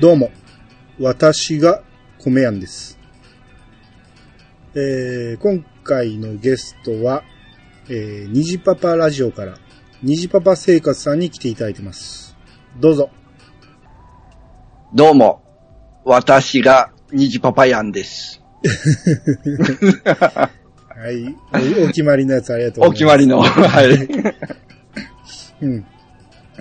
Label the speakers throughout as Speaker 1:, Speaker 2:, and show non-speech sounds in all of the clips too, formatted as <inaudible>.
Speaker 1: どうも、私が米やんです。えー、今回のゲストは、えー、にじパパラジオから、にじパパ生活さんに来ていただいてます。どうぞ。
Speaker 2: どうも、私が、虹パパヤンです。
Speaker 1: はい。
Speaker 2: <laughs>
Speaker 1: おお決まりのやつありがとう
Speaker 2: お
Speaker 1: ござ
Speaker 2: 決
Speaker 1: いま。
Speaker 2: ますりの、はい。
Speaker 1: うん。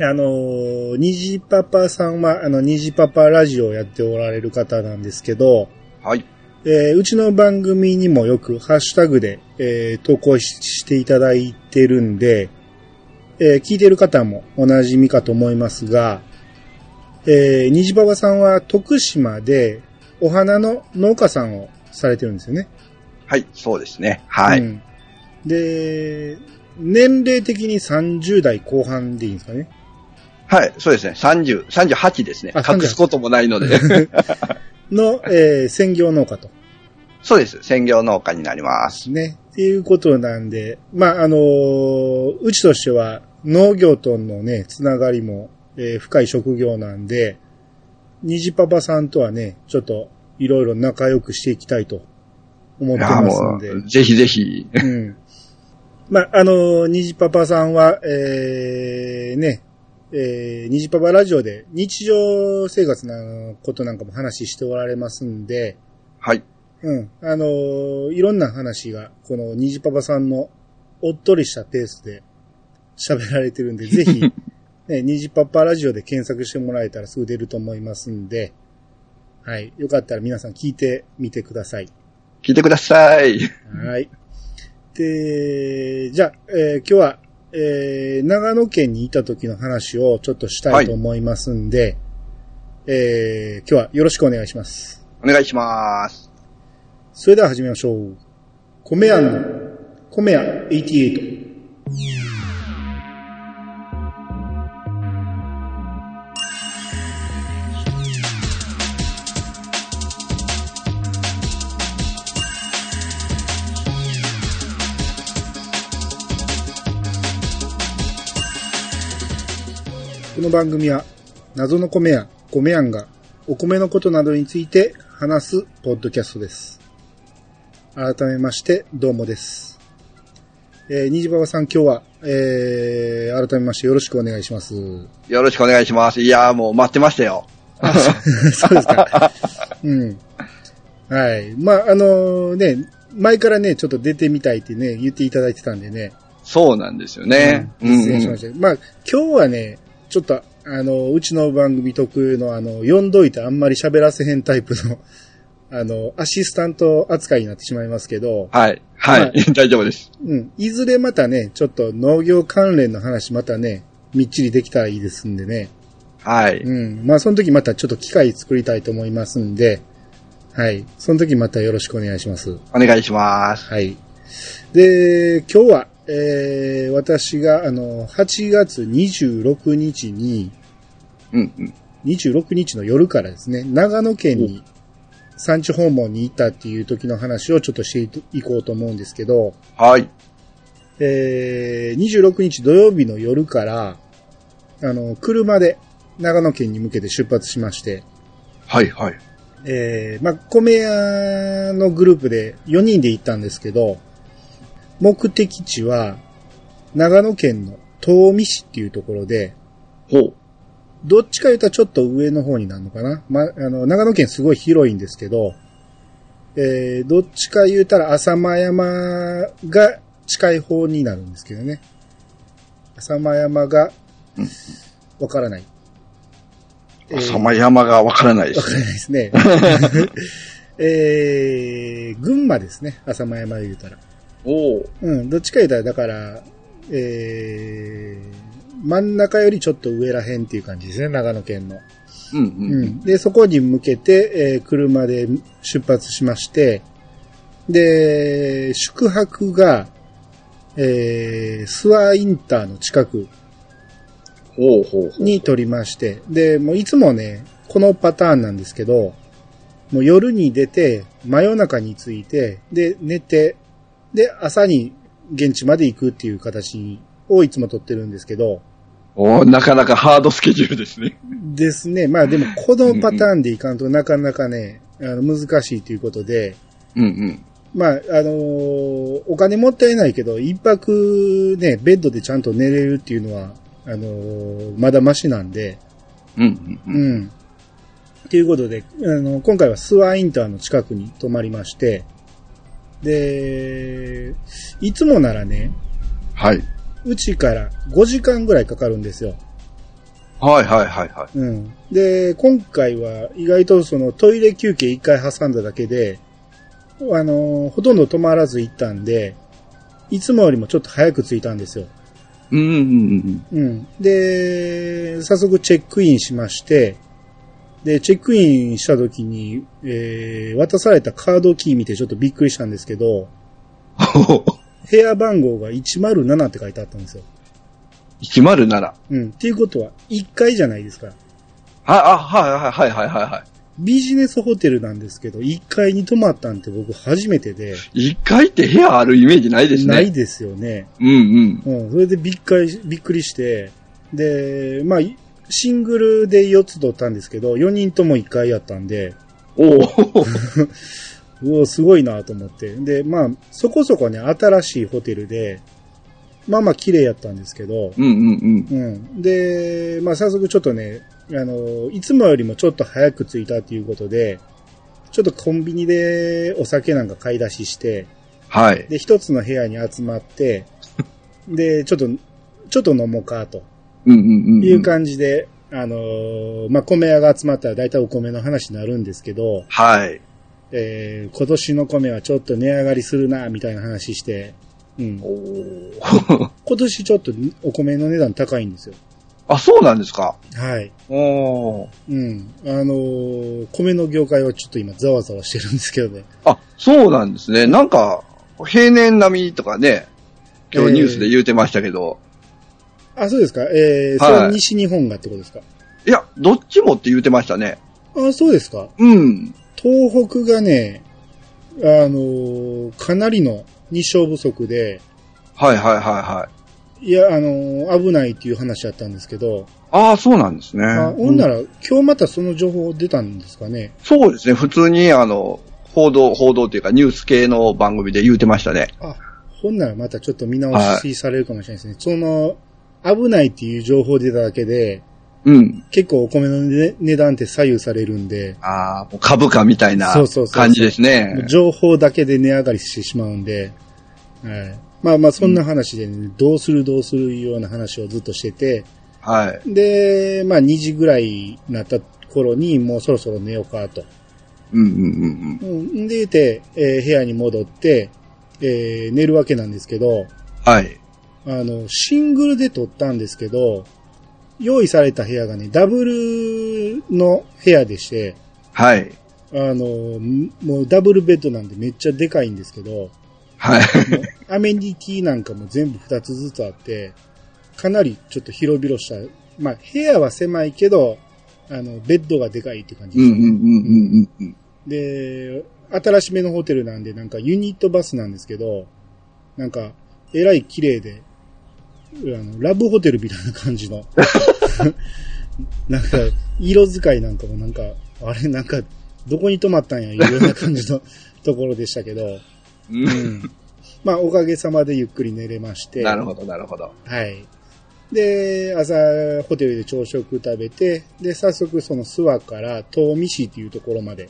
Speaker 1: あのー、にじパパさんは、あの、にじパパラジオをやっておられる方なんですけど、
Speaker 2: はい。
Speaker 1: えーうちの番組にもよくハッシュタグで、えー投稿ししていただいてるんで、えー聞いてる方もお馴染みかと思いますが、えー、にじばばさんは徳島でお花の農家さんをされてるんですよね。
Speaker 2: はい、そうですね。はい。
Speaker 1: うんで、年齢的に30代後半でいいんですかね。
Speaker 2: はい、そうですね。30、38ですね
Speaker 1: あ。38
Speaker 2: 隠すこともないので。
Speaker 1: <laughs> の、えー専業農家と。
Speaker 2: そうです。専業農家になります。
Speaker 1: ね。っていうことなんで、まあ、あのーうちとしては農業とのね、つながりも、えー深い職業なんで、虹パパさんとはね、ちょっといろいろ仲良くしていきたいと思
Speaker 2: い
Speaker 1: って
Speaker 2: や
Speaker 1: ます
Speaker 2: も
Speaker 1: んで。
Speaker 2: う、ぜひぜひ。
Speaker 1: うん。まあ、あのー、虹パパさんは、えー、ね、えー、虹パパラジオで日常生活のことなんかも話しておられますんで、
Speaker 2: はい。
Speaker 1: うん。あのーいろんな話が、この、虹パパさんの、おっとりしたペースで、喋られてるんで、ぜひ、ね、虹パパラジオで検索してもらえたらすぐ出ると思いますんで、はい。よかったら皆さん聞いてみてください。
Speaker 2: 聞いてください。
Speaker 1: はい。で、じゃあ、えー今日は、えー長野県にいた時の話をちょっとしたいと思いますんで、えー今日はよろしくお願いします。
Speaker 2: お願いします。
Speaker 1: それでは始めましょう。米屋の、米屋88。この番組は、謎の米屋、米屋が、お米のことなどについて話すポッドキャストです。改めまして、どうもです。えー、にじばばさん、今日は、えー、改めましてよろしくお願いします。 <laughs>
Speaker 2: よろしくお願いします。いやーもう待ってましたよ。
Speaker 1: そうです
Speaker 2: <laughs>
Speaker 1: か。うん。はい。まあ、あのね、前からね、ちょっと出てみたいってね、言っていただいてたんでね。
Speaker 2: そうなんですよね。
Speaker 1: う
Speaker 2: うんん、
Speaker 1: 実
Speaker 2: う
Speaker 1: 現しま
Speaker 2: ん
Speaker 1: し。た。まあ、今日はね、ちょっと、あの、うちの番組特有の、あの、読んどいてあんまり喋らせへんタイプの、あの、アシスタント扱いになってしまいますけど、
Speaker 2: はい。は。
Speaker 1: はい
Speaker 2: <laughs> 大丈夫です。
Speaker 1: うん。いずれまたね、ちょっと農業関連の話またね、みっちりできたらいいですんでね。
Speaker 2: はい。
Speaker 1: うん。まあ、その時またちょっと機会作りたいと思いますんで、はい。その時またよろしくお願いします。
Speaker 2: お願いします。
Speaker 1: はい。で、今日は、えー、私が、あの、8月26日に、
Speaker 2: うん、うん。
Speaker 1: 26日の夜からですね、長野県に産地訪問に行ったっていう時の話をちょっとしていこうと思うんですけど、
Speaker 2: はい。
Speaker 1: えー、26日土曜日の夜から、あの、車で長野県に向けて出発しまして、
Speaker 2: はい、はい。
Speaker 1: えー、まあ、米屋のグループで4人で行ったんですけど、目的地は、長野県の東見市っていうところで、
Speaker 2: ほう。
Speaker 1: どっちか言ったらちょっと上の方になるのかな。ま、あの、長野県すごい広いんですけど、えー、どっちか言うたら浅間山が近い方になるんですけどね。浅間山が
Speaker 2: うん、
Speaker 1: わからない。えー
Speaker 2: 浅間山がわからないで
Speaker 1: わか
Speaker 2: す
Speaker 1: ら
Speaker 2: ね。
Speaker 1: ないですね。えー、群馬ですね。浅間山で言うたら。
Speaker 2: おお。
Speaker 1: うん、どっちか言うたら、だから、えー、真ん中よりちょっと上らへんっていう感じですね、長野県の。
Speaker 2: うんう。
Speaker 1: うんん、で、そこに向けて、えー車で出発しまして、で、宿泊が、えー、諏訪インターの近く
Speaker 2: ほうほうほう。
Speaker 1: に取りまして、で、もういつもね、このパターンなんですけど、もう夜に出て、真夜中に着いて、で、寝て、で、朝に現地まで行くっていう形をいつも取ってるんですけど、
Speaker 2: おーなかなかハードスケジュールですね。
Speaker 1: ですね。まあでも、このパターンでいかんとなかなかね、あの、難しいということで、
Speaker 2: うんうん。
Speaker 1: まあ、あのーお金もったいないけど、一泊ね、ベッドでちゃんと寝れるっていうのは、あのーまだマシなんで、
Speaker 2: うんうんうん。
Speaker 1: うん。ということで、あの、今回はスワインターの近くに泊まりまして、で、いつもならね、
Speaker 2: はい。
Speaker 1: うちから5時間ぐらいかかるんですよ。
Speaker 2: はいはいはいはい。
Speaker 1: うん。で、今回は意外とそのトイレ休憩1回挟んだだけで、あの、ほとんど泊まらず行ったんで、いつもよりもちょっと早く着いたんですよ。
Speaker 2: うんうん
Speaker 1: うん。で、早速チェックインしまして、で、チェックインした時に、えー、渡されたカードキー見てちょっとびっくりしたんですけど、
Speaker 2: うん。
Speaker 1: 部屋番号が107って書いてあったんですよ。
Speaker 2: 107。
Speaker 1: うん。っていうことは、1階じゃないですか。
Speaker 2: はい、あ、はいはいはいはいは
Speaker 1: ビジネスホテルなんですけど、1階に泊まったんって僕初めてで、
Speaker 2: い。1階って部屋あるイメージないですね。
Speaker 1: ないですよね。
Speaker 2: うんうん。
Speaker 1: うん。それでびっくりし、びっくりして、で、まあ、いシングルで4つ取ったんですけど、4人とも1階やったんで、
Speaker 2: おお。
Speaker 1: うお、すごいなと思って。で、まあ、そこそこね、新しいホテルで、まあまあ綺麗やったんですけど、
Speaker 2: うんうんうん。
Speaker 1: うん。で、まあ早速ちょっとね、あの、いつもよりもちょっと早く着いたということで、ちょっとコンビニでお酒なんか買い出しして、
Speaker 2: はい。
Speaker 1: で、一つの部屋に集ま
Speaker 2: <laughs>
Speaker 1: って、で、ちょっと、ちょっと飲もうか、と
Speaker 2: うんうんうん。
Speaker 1: いう感じで、あの、まあ、米屋が集まったら大体お米の話になるんですけど、
Speaker 2: はい。
Speaker 1: えー今年の米はちょっと値上がりするな、みたいな話して、うん。
Speaker 2: お
Speaker 1: 今年ちょっとお米の値段高いんですよ。
Speaker 2: あ、そうなんですか。
Speaker 1: はい。
Speaker 2: おー
Speaker 1: うん。あのー米の業界はちょっと今ざわざわしてるんですけどね。
Speaker 2: あ、そうなんですね。なんか、平年並みとかね、今日ニュースで言うてましたけど、
Speaker 1: あ、そうですか。えー、そ
Speaker 2: はい
Speaker 1: れは西日本がってことですか。
Speaker 2: いや、どっちもって言うてましたね。
Speaker 1: あ、そうですか。
Speaker 2: うん。
Speaker 1: 東北がね、あのーかなりの日照不足で、
Speaker 2: はいはいはいはい。
Speaker 1: いや、あのー危ないっていう話だったんですけど、
Speaker 2: ああ、そうなんですね。
Speaker 1: あ、ほんな
Speaker 2: うん
Speaker 1: ら、今日またその情報出たんですかね。
Speaker 2: そうですね。普通に、あの、報道、報道っていうかニュース系の番組で言うてましたね。
Speaker 1: あ、ほんならまたちょっと見直しされるかもしれないですね。その、危ないっていう情報出ただけで、
Speaker 2: うん。
Speaker 1: 結構お米の、ね、値段って左右されるんで、
Speaker 2: ああ、もう株価みたいな
Speaker 1: そうそうそうそう
Speaker 2: 感じですね。
Speaker 1: 情報だけで値上がりしてしまうんで、はい、まあまあそんな話でね、どうするどうするような話をずっとしてて、
Speaker 2: はい。
Speaker 1: で、まあ2時ぐらいになった頃にもうそろそろ寝ようかと。
Speaker 2: うんうんうんうん。
Speaker 1: うん、で、言て、えー部屋に戻って、えー寝るわけなんですけど、
Speaker 2: はい。
Speaker 1: あの、シングルで撮ったんですけど、用意された部屋がね、ダブルの部屋でして、
Speaker 2: はい。
Speaker 1: あの、んもうダブルベッドなんでめっちゃでかいんですけど、 <laughs>
Speaker 2: はい。
Speaker 1: アメニティなんかも全部2つずつあって、かなりちょっと広々した、まあ部屋は狭いけど、あの、ベッドがでかいって感じ
Speaker 2: う
Speaker 1: で
Speaker 2: ん
Speaker 1: す、
Speaker 2: うんうんうんうんうん。
Speaker 1: で、新しめのホテルなんで、なんかユニットバスなんですけど、なんか、えらい綺麗で、あの、ラブホテルみたいな感じの。 <laughs> なんか、色使いなんかもなんか、あれなんか、どこに泊まったんや、いうような感じの <laughs> ところでしたけど、
Speaker 2: うん
Speaker 1: うん。まあ、おかげさまでゆっくり寝れまして。
Speaker 2: なるほど、なるほど。
Speaker 1: はい。で、朝、ホテルで朝食食べて、で、早速その諏訪から東見市っていうところまで、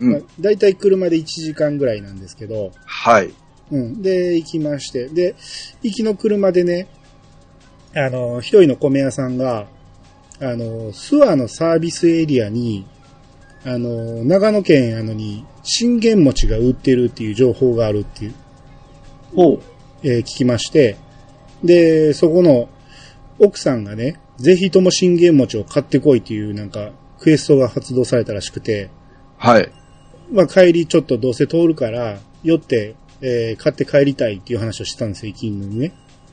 Speaker 2: うん
Speaker 1: まあ、だいたい車で1時間ぐらいなんですけど、
Speaker 2: はい。
Speaker 1: うん。で、行きまして、で、行きの車でね、あの、一人の米屋さんが、あの、諏訪のサービスエリアに、あの、長野県やのに、信玄餅が売ってるっていう情報があるっていう、
Speaker 2: ほう。
Speaker 1: えー聞きまして、で、そこの奥さんがね、ぜひとも信玄餅を買ってこいっていうなんかクエストが発動されたらしくて、
Speaker 2: はい。
Speaker 1: まあ帰りちょっとどうせ通るから、寄って、えー買って帰りたいっていう話をしてたんですよ、駅員にね。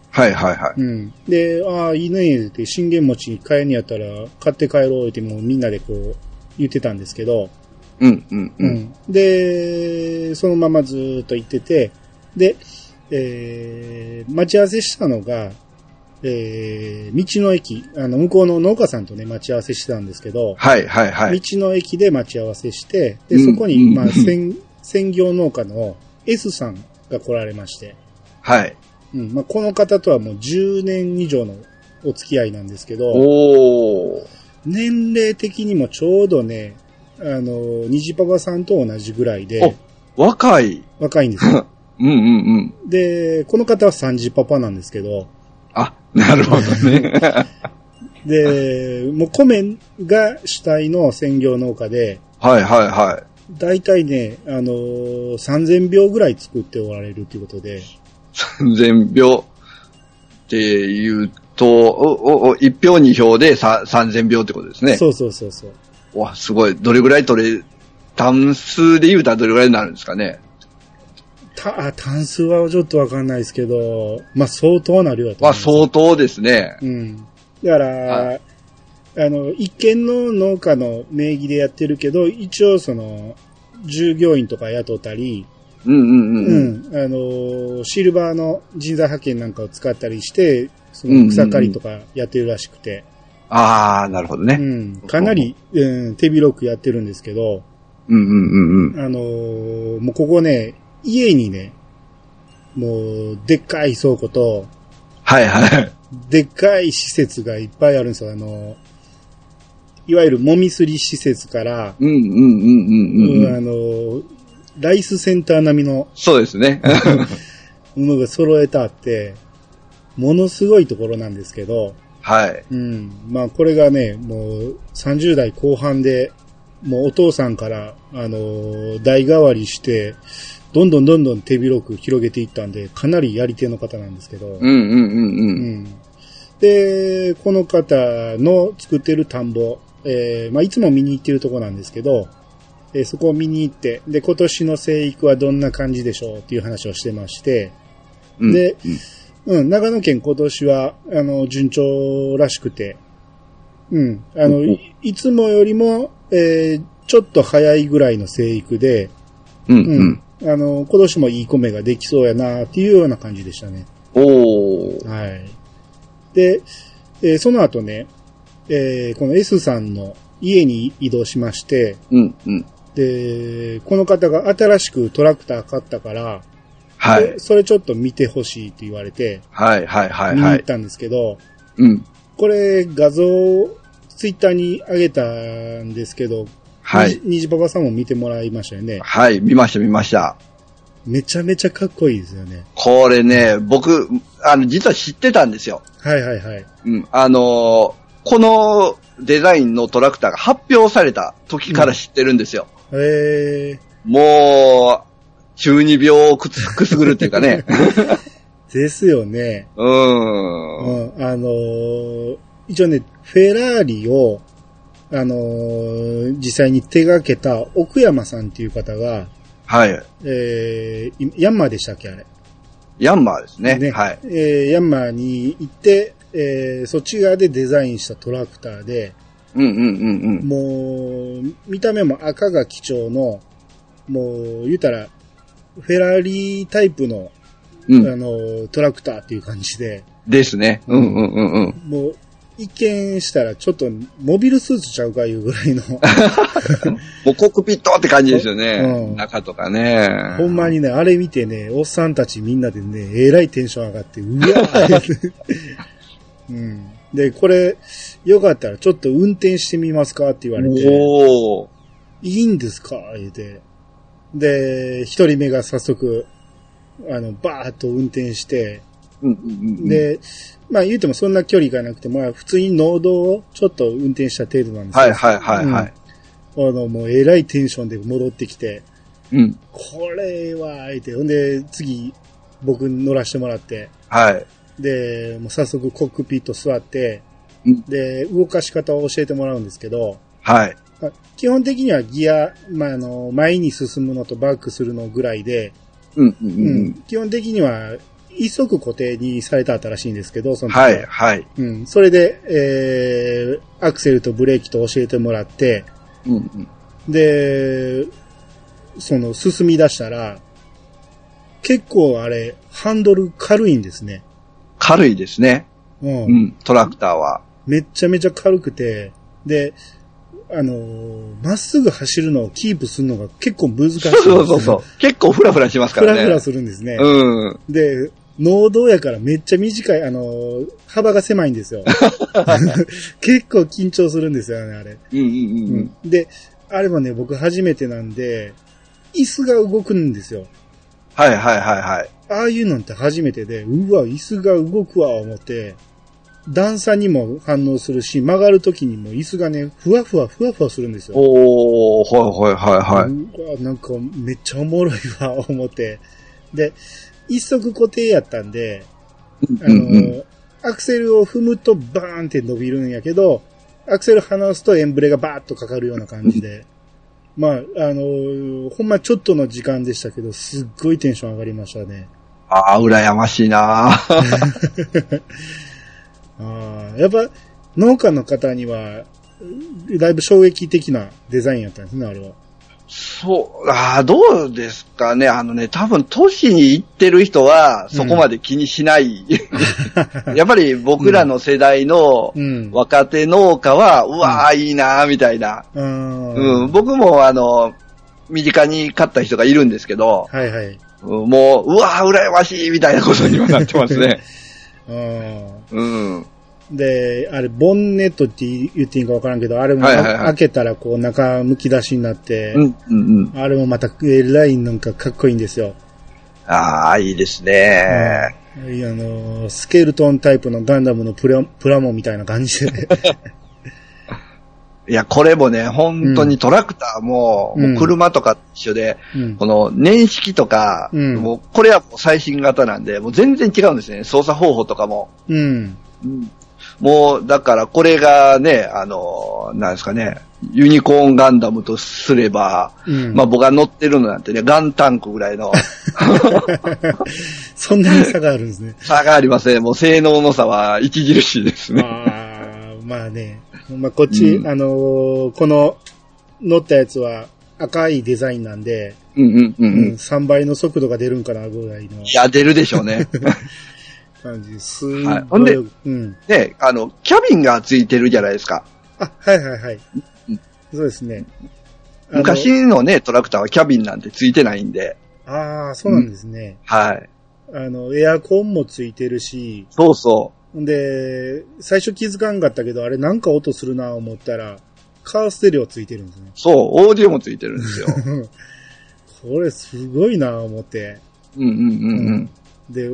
Speaker 2: はいはいは
Speaker 1: うん。で、ああ、いいね、って信玄餅買えんやったら買って帰ろうってもうみんなでこう言ってたんですけど、
Speaker 2: い。うんうんう。
Speaker 1: うんん。で、そのままずーっと行ってて、で、えー待ち合わせしたのが、えー、道の駅、あの、向こうの農家さんとね、待ち合わせしてたんですけど、
Speaker 2: はい、はい、はい。
Speaker 1: 道の駅で待ち合わせして、で、
Speaker 2: う
Speaker 1: そ
Speaker 2: ん
Speaker 1: こ
Speaker 2: う
Speaker 1: に、
Speaker 2: ん
Speaker 1: まあ、専、専業農家の S さんが来られまして、
Speaker 2: はい。
Speaker 1: うん、まあ、この方とはもう10年以上のお付き合いなんですけど、
Speaker 2: おー。
Speaker 1: 年齢的にもちょうどね、あの、虹パパさんと同じぐらいで、
Speaker 2: 若い。
Speaker 1: 若いんです
Speaker 2: <laughs>
Speaker 1: よ。
Speaker 2: うんうんうん。
Speaker 1: で、この方は三次パパなんですけど、
Speaker 2: あ、 <laughs> なるほどね。 <laughs>
Speaker 1: で、もう米が主体の専業農家で、
Speaker 2: はいはいは
Speaker 1: だいたいね、あのー3000秒ぐらい作っておられるということで、
Speaker 2: い。3000票っていうと、お、お、お、1票2票でさ3000票ってことですね。
Speaker 1: そうそうそうそう。
Speaker 2: わ、すごい。どれぐらい取れ、単数で言うたらどれぐらいになるんですかね。
Speaker 1: た、あ、単数はちょっとわかんないですけど、まあ相当な量だと思い
Speaker 2: まあ
Speaker 1: ます。
Speaker 2: 相当ですね。
Speaker 1: うん。だから、
Speaker 2: は
Speaker 1: あの、一軒の農家の名義でやってるけど、一応その、従業員とか雇ったり、
Speaker 2: うんうんうん。う
Speaker 1: う
Speaker 2: ん、
Speaker 1: ん、あのーシルバーの人材派遣なんかを使ったりして、そ
Speaker 2: うんうんう
Speaker 1: の
Speaker 2: ん
Speaker 1: 草刈りとかやってるらしくて、
Speaker 2: ああ、なるほど
Speaker 1: う
Speaker 2: ね。
Speaker 1: ん、かなり、うん、手広くやってるんですけど、
Speaker 2: うんうんうんうん。
Speaker 1: あのーもうここね、家にね、もう、でっかい倉庫と、
Speaker 2: はいはい。
Speaker 1: でっかい施設がいっぱいあるんですよ。あのーいわゆるもみすり施設から、
Speaker 2: うんうんうんうんうん
Speaker 1: うん
Speaker 2: う
Speaker 1: あ
Speaker 2: ん。
Speaker 1: のーライスセンター並みの
Speaker 2: そうですね。
Speaker 1: ものが揃えたって、ものすごいところなんですけど、
Speaker 2: はい。
Speaker 1: うん。まあ、これがね、もう、30代後半で、もうお父さんから、あのー代替わりして、どんどんどんどん手広く広げていったんで、かなりやり手の方なんですけど、
Speaker 2: うんうんうん
Speaker 1: う
Speaker 2: うん。
Speaker 1: ん。で、この方の作ってる田んぼ、えーまあ、いつも見に行ってるとこなんですけど、えーそこを見に行って、で、今年の生育はどんな感じでしょうっていう話をしてまして、
Speaker 2: うん、
Speaker 1: で
Speaker 2: うん、
Speaker 1: うん、長野県今年は、あの、順調らしくて、うん、あの、
Speaker 2: うん
Speaker 1: いいつもよりも、えーちょっと早いぐらいの生育で、
Speaker 2: うん
Speaker 1: う
Speaker 2: うんん。、
Speaker 1: あの、今年もいい米ができそうやな、っていうような感じでしたね。
Speaker 2: おー。
Speaker 1: はい。で、えーその後ね、えーこの S さんの家に移動しまして、
Speaker 2: うんうん。
Speaker 1: で、この方が新しくトラクター買ったから、
Speaker 2: は
Speaker 1: で
Speaker 2: い。
Speaker 1: それちょっと見てほしいって言われて、
Speaker 2: はいはいはい
Speaker 1: 見に
Speaker 2: は
Speaker 1: 行っ
Speaker 2: い。
Speaker 1: たんですけど、
Speaker 2: うん。
Speaker 1: これ画像をツイッターに上げたんですけど、
Speaker 2: はい。
Speaker 1: にじパパさんも見てもらいましたよね。
Speaker 2: はい、見ました見ました。
Speaker 1: めちゃめちゃかっこいいですよね。
Speaker 2: これね、僕、あの、実は知ってたんですよ。
Speaker 1: はいはいはい。
Speaker 2: うん。あのーこのデザインのトラクターが発表された時から知ってるんですよ。
Speaker 1: えー、
Speaker 2: もう、中二病をくつくすぐるっていうか <laughs> ね。
Speaker 1: ですよね。
Speaker 2: うーん。
Speaker 1: うん、あのー一応ね、フェラーリを、あのー実際に手掛けた奥山さんっていう方が、
Speaker 2: はい。
Speaker 1: えー、いヤンマーでしたっけあれ。
Speaker 2: ヤンマーですね。はい。
Speaker 1: えーヤンマーに行って、えーそっち側でデザインしたトラクターで、
Speaker 2: うんうんうんうん。
Speaker 1: もう、見た目も赤が基調の、もう、言うたら、フェラーリタイプの、
Speaker 2: うん
Speaker 1: あのートラクターっていう感じで、
Speaker 2: ですね。うんうんうんうん。
Speaker 1: もう、一見したらちょっとモビルスーツちゃうかいうぐらい
Speaker 2: <laughs>
Speaker 1: の、
Speaker 2: もうコックピットって感じですよ
Speaker 1: う
Speaker 2: ね
Speaker 1: ん。
Speaker 2: 中とかね。
Speaker 1: ほんまにね、あれ見てね、おっさんたちみんなでね、えらいテンション上がって、うわ
Speaker 2: <laughs>
Speaker 1: ーうん。で、これ、よかったらちょっと運転してみますかって言われて、
Speaker 2: おお。
Speaker 1: いいんですか言うて。で、一人目が早速、あの、バーッと運転して、
Speaker 2: うんうんうん。、
Speaker 1: で、まあ言うてもそんな距離がなくて、まあ普通に農道をちょっと運転した程度なんですけど、
Speaker 2: はいはいはいはい。
Speaker 1: あの、もうえらいテンションで戻ってきて、
Speaker 2: うん。
Speaker 1: これは、相手。ほんで、次、僕乗らせてもらって、
Speaker 2: はい。
Speaker 1: で、もう早速コックピット座って
Speaker 2: うん、
Speaker 1: で、動かし方を教えてもらうんですけど、
Speaker 2: はい。
Speaker 1: まあ基本的にはギア、まあ、あの、前に進むのとバックするのぐらいで、
Speaker 2: うんう
Speaker 1: う
Speaker 2: んうんん。
Speaker 1: 基本的には、一足固定にされたったらしいんですけど、その時
Speaker 2: はいはい。
Speaker 1: うん。それで、えー、アクセルとブレーキと教えてもらって、
Speaker 2: うんうん。
Speaker 1: で、その、進み出したら、結構あれ、ハンドル軽いんですね。
Speaker 2: 軽いですね。
Speaker 1: うん
Speaker 2: うん、トラクターは。
Speaker 1: めっちゃめちゃ軽くて、で、あのーまっすぐ走るのをキープするのが結構難しいんです
Speaker 2: そ
Speaker 1: よ
Speaker 2: うそうそう。結構フラフラしますか
Speaker 1: ふ
Speaker 2: ら
Speaker 1: ら
Speaker 2: ね。
Speaker 1: ふらするんですね。
Speaker 2: うん。
Speaker 1: で、農道やからめっちゃ短い、あのー幅が狭いんです
Speaker 2: <laughs>
Speaker 1: よ。結構緊張するんですよね、あれ。
Speaker 2: うんうんうんうん。
Speaker 1: で、あれもね、僕初めてなんで、椅子が動くんですよ。
Speaker 2: はいはいはいはい。
Speaker 1: ああいうのって初めてで、うわ、椅子が動くわ、思って、段差にも反応するし、曲がる時にも椅子がね、ふわふわふわふわするんですよ。
Speaker 2: おー、はいはいはいう
Speaker 1: わ、なんかめっちゃおもろいわ、思って。で、一足固定やったんで、あ
Speaker 2: はい。う
Speaker 1: の、
Speaker 2: んうん。
Speaker 1: アクセルを踏むとバーンって伸びるんやけど、アクセル離すとエンブレがバーッとかかるような感じで。まあ、あの、ほんまちょっとの時間でしたけど、すっごいテンション上がりましたね。
Speaker 2: ああ、羨ましいなー
Speaker 1: ああ、やっぱ農家の方には、だいぶ衝撃的なデザインやったんですね、あれは。
Speaker 2: そう、ああ、どうですかね。あのね、多分都市に行ってる人はそこまで気に
Speaker 1: <laughs>
Speaker 2: しない。 <laughs> やっぱり僕らの世代の
Speaker 1: うん。
Speaker 2: 若手農家は、うわーいいなーみたいな。
Speaker 1: あー
Speaker 2: うん、僕もあの、身近に買った人がいるんですけど、
Speaker 1: はいはい。
Speaker 2: うんもう、うわー羨ましいみたいなことにはなってます
Speaker 1: <laughs>
Speaker 2: ね。
Speaker 1: あー
Speaker 2: うん。
Speaker 1: で、あれ、ボンネットって言っていいんかわからんけど、あれも、
Speaker 2: はいはいはい
Speaker 1: 開けたらこう中むき出しになって、
Speaker 2: うん、うん、うん。
Speaker 1: あれもまたえらいなんかかっこいいんですよ。
Speaker 2: ああ、いいですね。
Speaker 1: いやあのースケルトンタイプのガンダムのプラプラモみたいな感じ
Speaker 2: <laughs>
Speaker 1: で。
Speaker 2: いや、これもね、本当にトラクターも、
Speaker 1: うん
Speaker 2: もう車とかと一緒で、
Speaker 1: うん
Speaker 2: この年式とか、
Speaker 1: うん
Speaker 2: もうこれはもう最新型なんで、もう全然違うんですね、操作方法とかも。
Speaker 1: うん。
Speaker 2: もう、だからこれがね、あの、なんですかね、ユニコーンガンダムとすれば、
Speaker 1: うん。
Speaker 2: まあ僕が乗ってるのなんてね、ガンタンクぐら
Speaker 1: <laughs>
Speaker 2: いの。
Speaker 1: そんなに差があるんですね
Speaker 2: <laughs> 差がありません。もう性能の差は著しいですね。
Speaker 1: あーまあね。まあ、こっち、
Speaker 2: うん
Speaker 1: あのーこの、乗ったやつは赤いデザインなんで、
Speaker 2: うんうんうん
Speaker 1: う
Speaker 2: うんん。い
Speaker 1: 3倍の速度が出るんかなぐらいの
Speaker 2: や、出るでしょう
Speaker 1: <laughs>
Speaker 2: ね。
Speaker 1: 感じですごい。
Speaker 2: はいほんで
Speaker 1: うん。
Speaker 2: ね、あの、キャビンがついてるじゃないですか。
Speaker 1: あ、はいはいはい
Speaker 2: うん。
Speaker 1: そうですね。あの
Speaker 2: 昔のね、トラクターはキャビンなんてついてないんで。
Speaker 1: ああ、そうなんですね。
Speaker 2: はい。
Speaker 1: あの、エアコンもついてるし、
Speaker 2: そうそ
Speaker 1: んで、最初気づかんかったけど、あれなんか音するな思ったら、カーステレオついてるんですね
Speaker 2: う。。そう、オーディオもついてるんですよ。
Speaker 1: これすごいな思って。
Speaker 2: うんうんうんうん。
Speaker 1: で、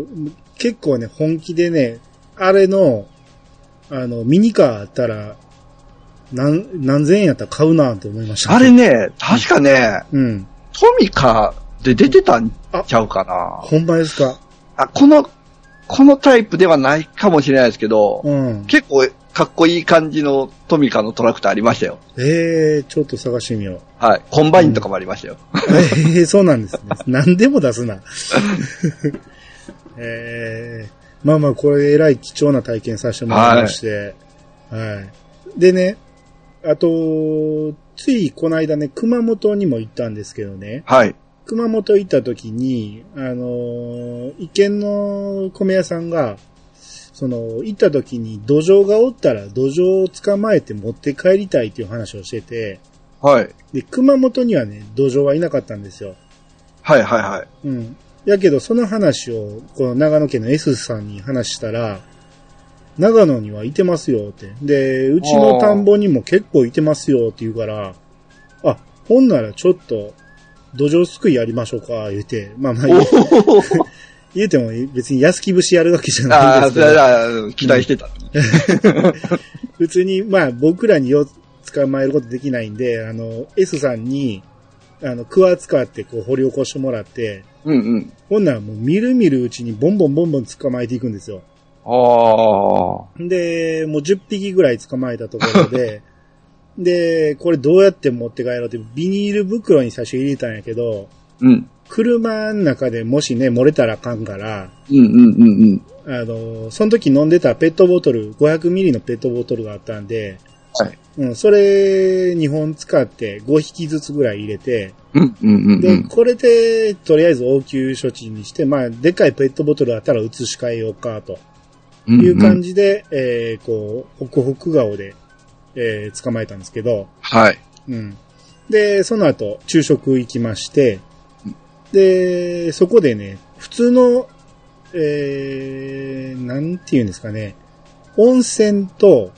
Speaker 1: 結構ね、本気でね、あれの、あの、ミニカーあったら、何、何千円やったら買うなと思いました。
Speaker 2: あれね、確かね、
Speaker 1: うん。
Speaker 2: トミカで出てたんちゃうかな。
Speaker 1: ほんまですか
Speaker 2: あ、この、このタイプではないかもしれないですけど、
Speaker 1: うん。
Speaker 2: 結構かっこいい感じのトミカのトラクターありましたよ。
Speaker 1: ええー、ちょっと探してみよう。 <laughs>
Speaker 2: はい。コンバインとかもありましたよ。
Speaker 1: えーそうなんですね。何でも出すな。 <laughs> えーまあまあ、これ、えらい貴重な体験させてもらいまして。はい。でね、あと、ついこの間ね、熊本にも行ったんですけどね、
Speaker 2: はい。
Speaker 1: 熊本行った時に、あのー、一軒の米屋さんが、その、行った時に土壌がおったら土壌を捕まえて持って帰りたいっていう話をしてて、
Speaker 2: はい。
Speaker 1: で、熊本にはね、土壌はいなかったんですよ。
Speaker 2: はいはいはい。
Speaker 1: うん。やけど、その話を、この長野県の S さんに話したら、長野にはいてますよって。で、うちの田んぼにも結構いてますよって言うから、あ、ほんならちょっと、土壌すくいやりましょうか、言うて。まあまあ言う、
Speaker 2: お
Speaker 1: <laughs>
Speaker 2: ー
Speaker 1: 言うても別に安き節やるわけじゃないん
Speaker 2: あ
Speaker 1: です
Speaker 2: あ、そ
Speaker 1: け
Speaker 2: れ
Speaker 1: ど、
Speaker 2: は期待してた。
Speaker 1: 普通に、まあ僕らによ捕まえることできないんで、あの、S さんに、あの、クワ使ってこう掘り起こしてもらって、
Speaker 2: うんうん。
Speaker 1: ほんならもうみるみるうちにボンボンボンボン捕まえていくんですよ。
Speaker 2: ああ。
Speaker 1: で、もう10匹ぐらい捕まえたところ
Speaker 2: <laughs>
Speaker 1: で、で、これどうやって持って帰ろうってビニール袋に最初入れたんやけど、
Speaker 2: うん。
Speaker 1: 車の中でもしね、漏れたらあかんから、
Speaker 2: うんうんうんうん。
Speaker 1: あの、その時飲んでたペットボトル、500ミリのペットボトルがあったんで、
Speaker 2: はい。
Speaker 1: うん、それ2本使って5匹ずつぐらい入れて、
Speaker 2: うんうんうんう
Speaker 1: で、
Speaker 2: ん。
Speaker 1: これで、とりあえず応急処置にして、まあ、でっかいペットボトルあったら移し替えようかと。という
Speaker 2: うんう
Speaker 1: 感
Speaker 2: ん
Speaker 1: じで、えーこう、ホクホク顔で、えー捕まえたんですけど、
Speaker 2: はい。
Speaker 1: うん。で、その後、昼食行きまして、で、そこでね、普通の、えー、なんて言うんですかね、温泉と、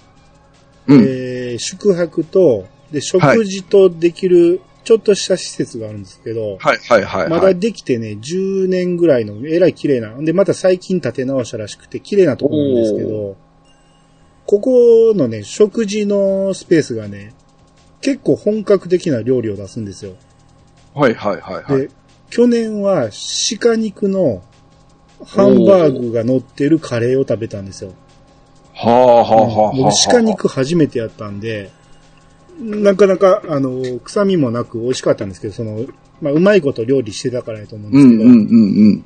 Speaker 2: うん。
Speaker 1: えー宿泊と、で、食事とできる、ちょっとした施設があるんですけど、
Speaker 2: はいはいはい。
Speaker 1: まだできてね、10年ぐらいの、えらい綺麗な、で、また最近建て直したらしくて、綺麗なとこなんですけど、ここのね、食事のスペースがね、結構本格的な料理を出すんですよ。
Speaker 2: はいはいはいはい。
Speaker 1: で、去年は鹿肉のハンバーグが乗ってるカレーを食べたんですよ。
Speaker 2: はあはあはあはあ。
Speaker 1: 僕鹿。肉初めてやったんで、なかなか、あの、臭みもなく美味しかったんですけど、その、まあ、うまいこと料理してたからやと思うんで
Speaker 2: う
Speaker 1: す
Speaker 2: ん
Speaker 1: け
Speaker 2: うん
Speaker 1: ど、
Speaker 2: うんうん。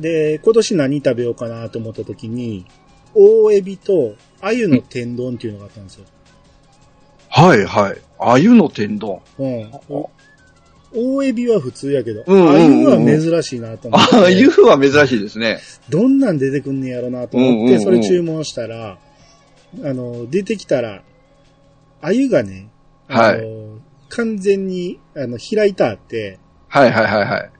Speaker 1: で、今年何食べようかなと思った時に、大エビと鮎の天丼っていうのがあったんですよ。
Speaker 2: はいはい。鮎の天丼。
Speaker 1: うん。大エビは普通やけど、
Speaker 2: うんうんうんうん
Speaker 1: 鮎は珍しいなと思って。
Speaker 2: ああいうは珍しいですね。
Speaker 1: どんなん出てくんねやろなと思
Speaker 2: うん
Speaker 1: っ
Speaker 2: うんう
Speaker 1: て、
Speaker 2: ん
Speaker 1: それ注文したら、あの、出てきたら、鮎がね、あの、
Speaker 2: <laughs> は
Speaker 1: 完全に、あの、開いたあって、
Speaker 2: はいはいはいはい。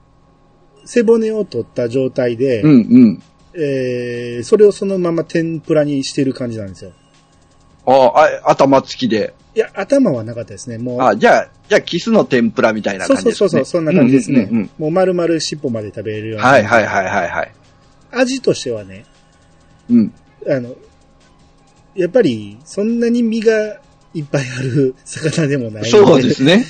Speaker 1: 背骨を取った状態で、
Speaker 2: うんうん。
Speaker 1: えーそれをそのまま天ぷらにしてる感じなんですよ。
Speaker 2: ああ、頭つきで。
Speaker 1: いや、頭はなかったですね。もう、
Speaker 2: あじゃあ、じゃあ、キスの天ぷらみたいな
Speaker 1: そう
Speaker 2: 感じ
Speaker 1: そう
Speaker 2: です
Speaker 1: そ
Speaker 2: ね。
Speaker 1: うそう、そんな感じです
Speaker 2: うんうんうん
Speaker 1: ね。もう丸々尻尾まで食べれるような。
Speaker 2: はいはいはいはいはい。
Speaker 1: 味としてはね、
Speaker 2: うん。
Speaker 1: あの、やっぱり、そんなに身がいっぱいある魚でもない
Speaker 2: そ
Speaker 1: の
Speaker 2: うで
Speaker 1: で、
Speaker 2: す <laughs> ね。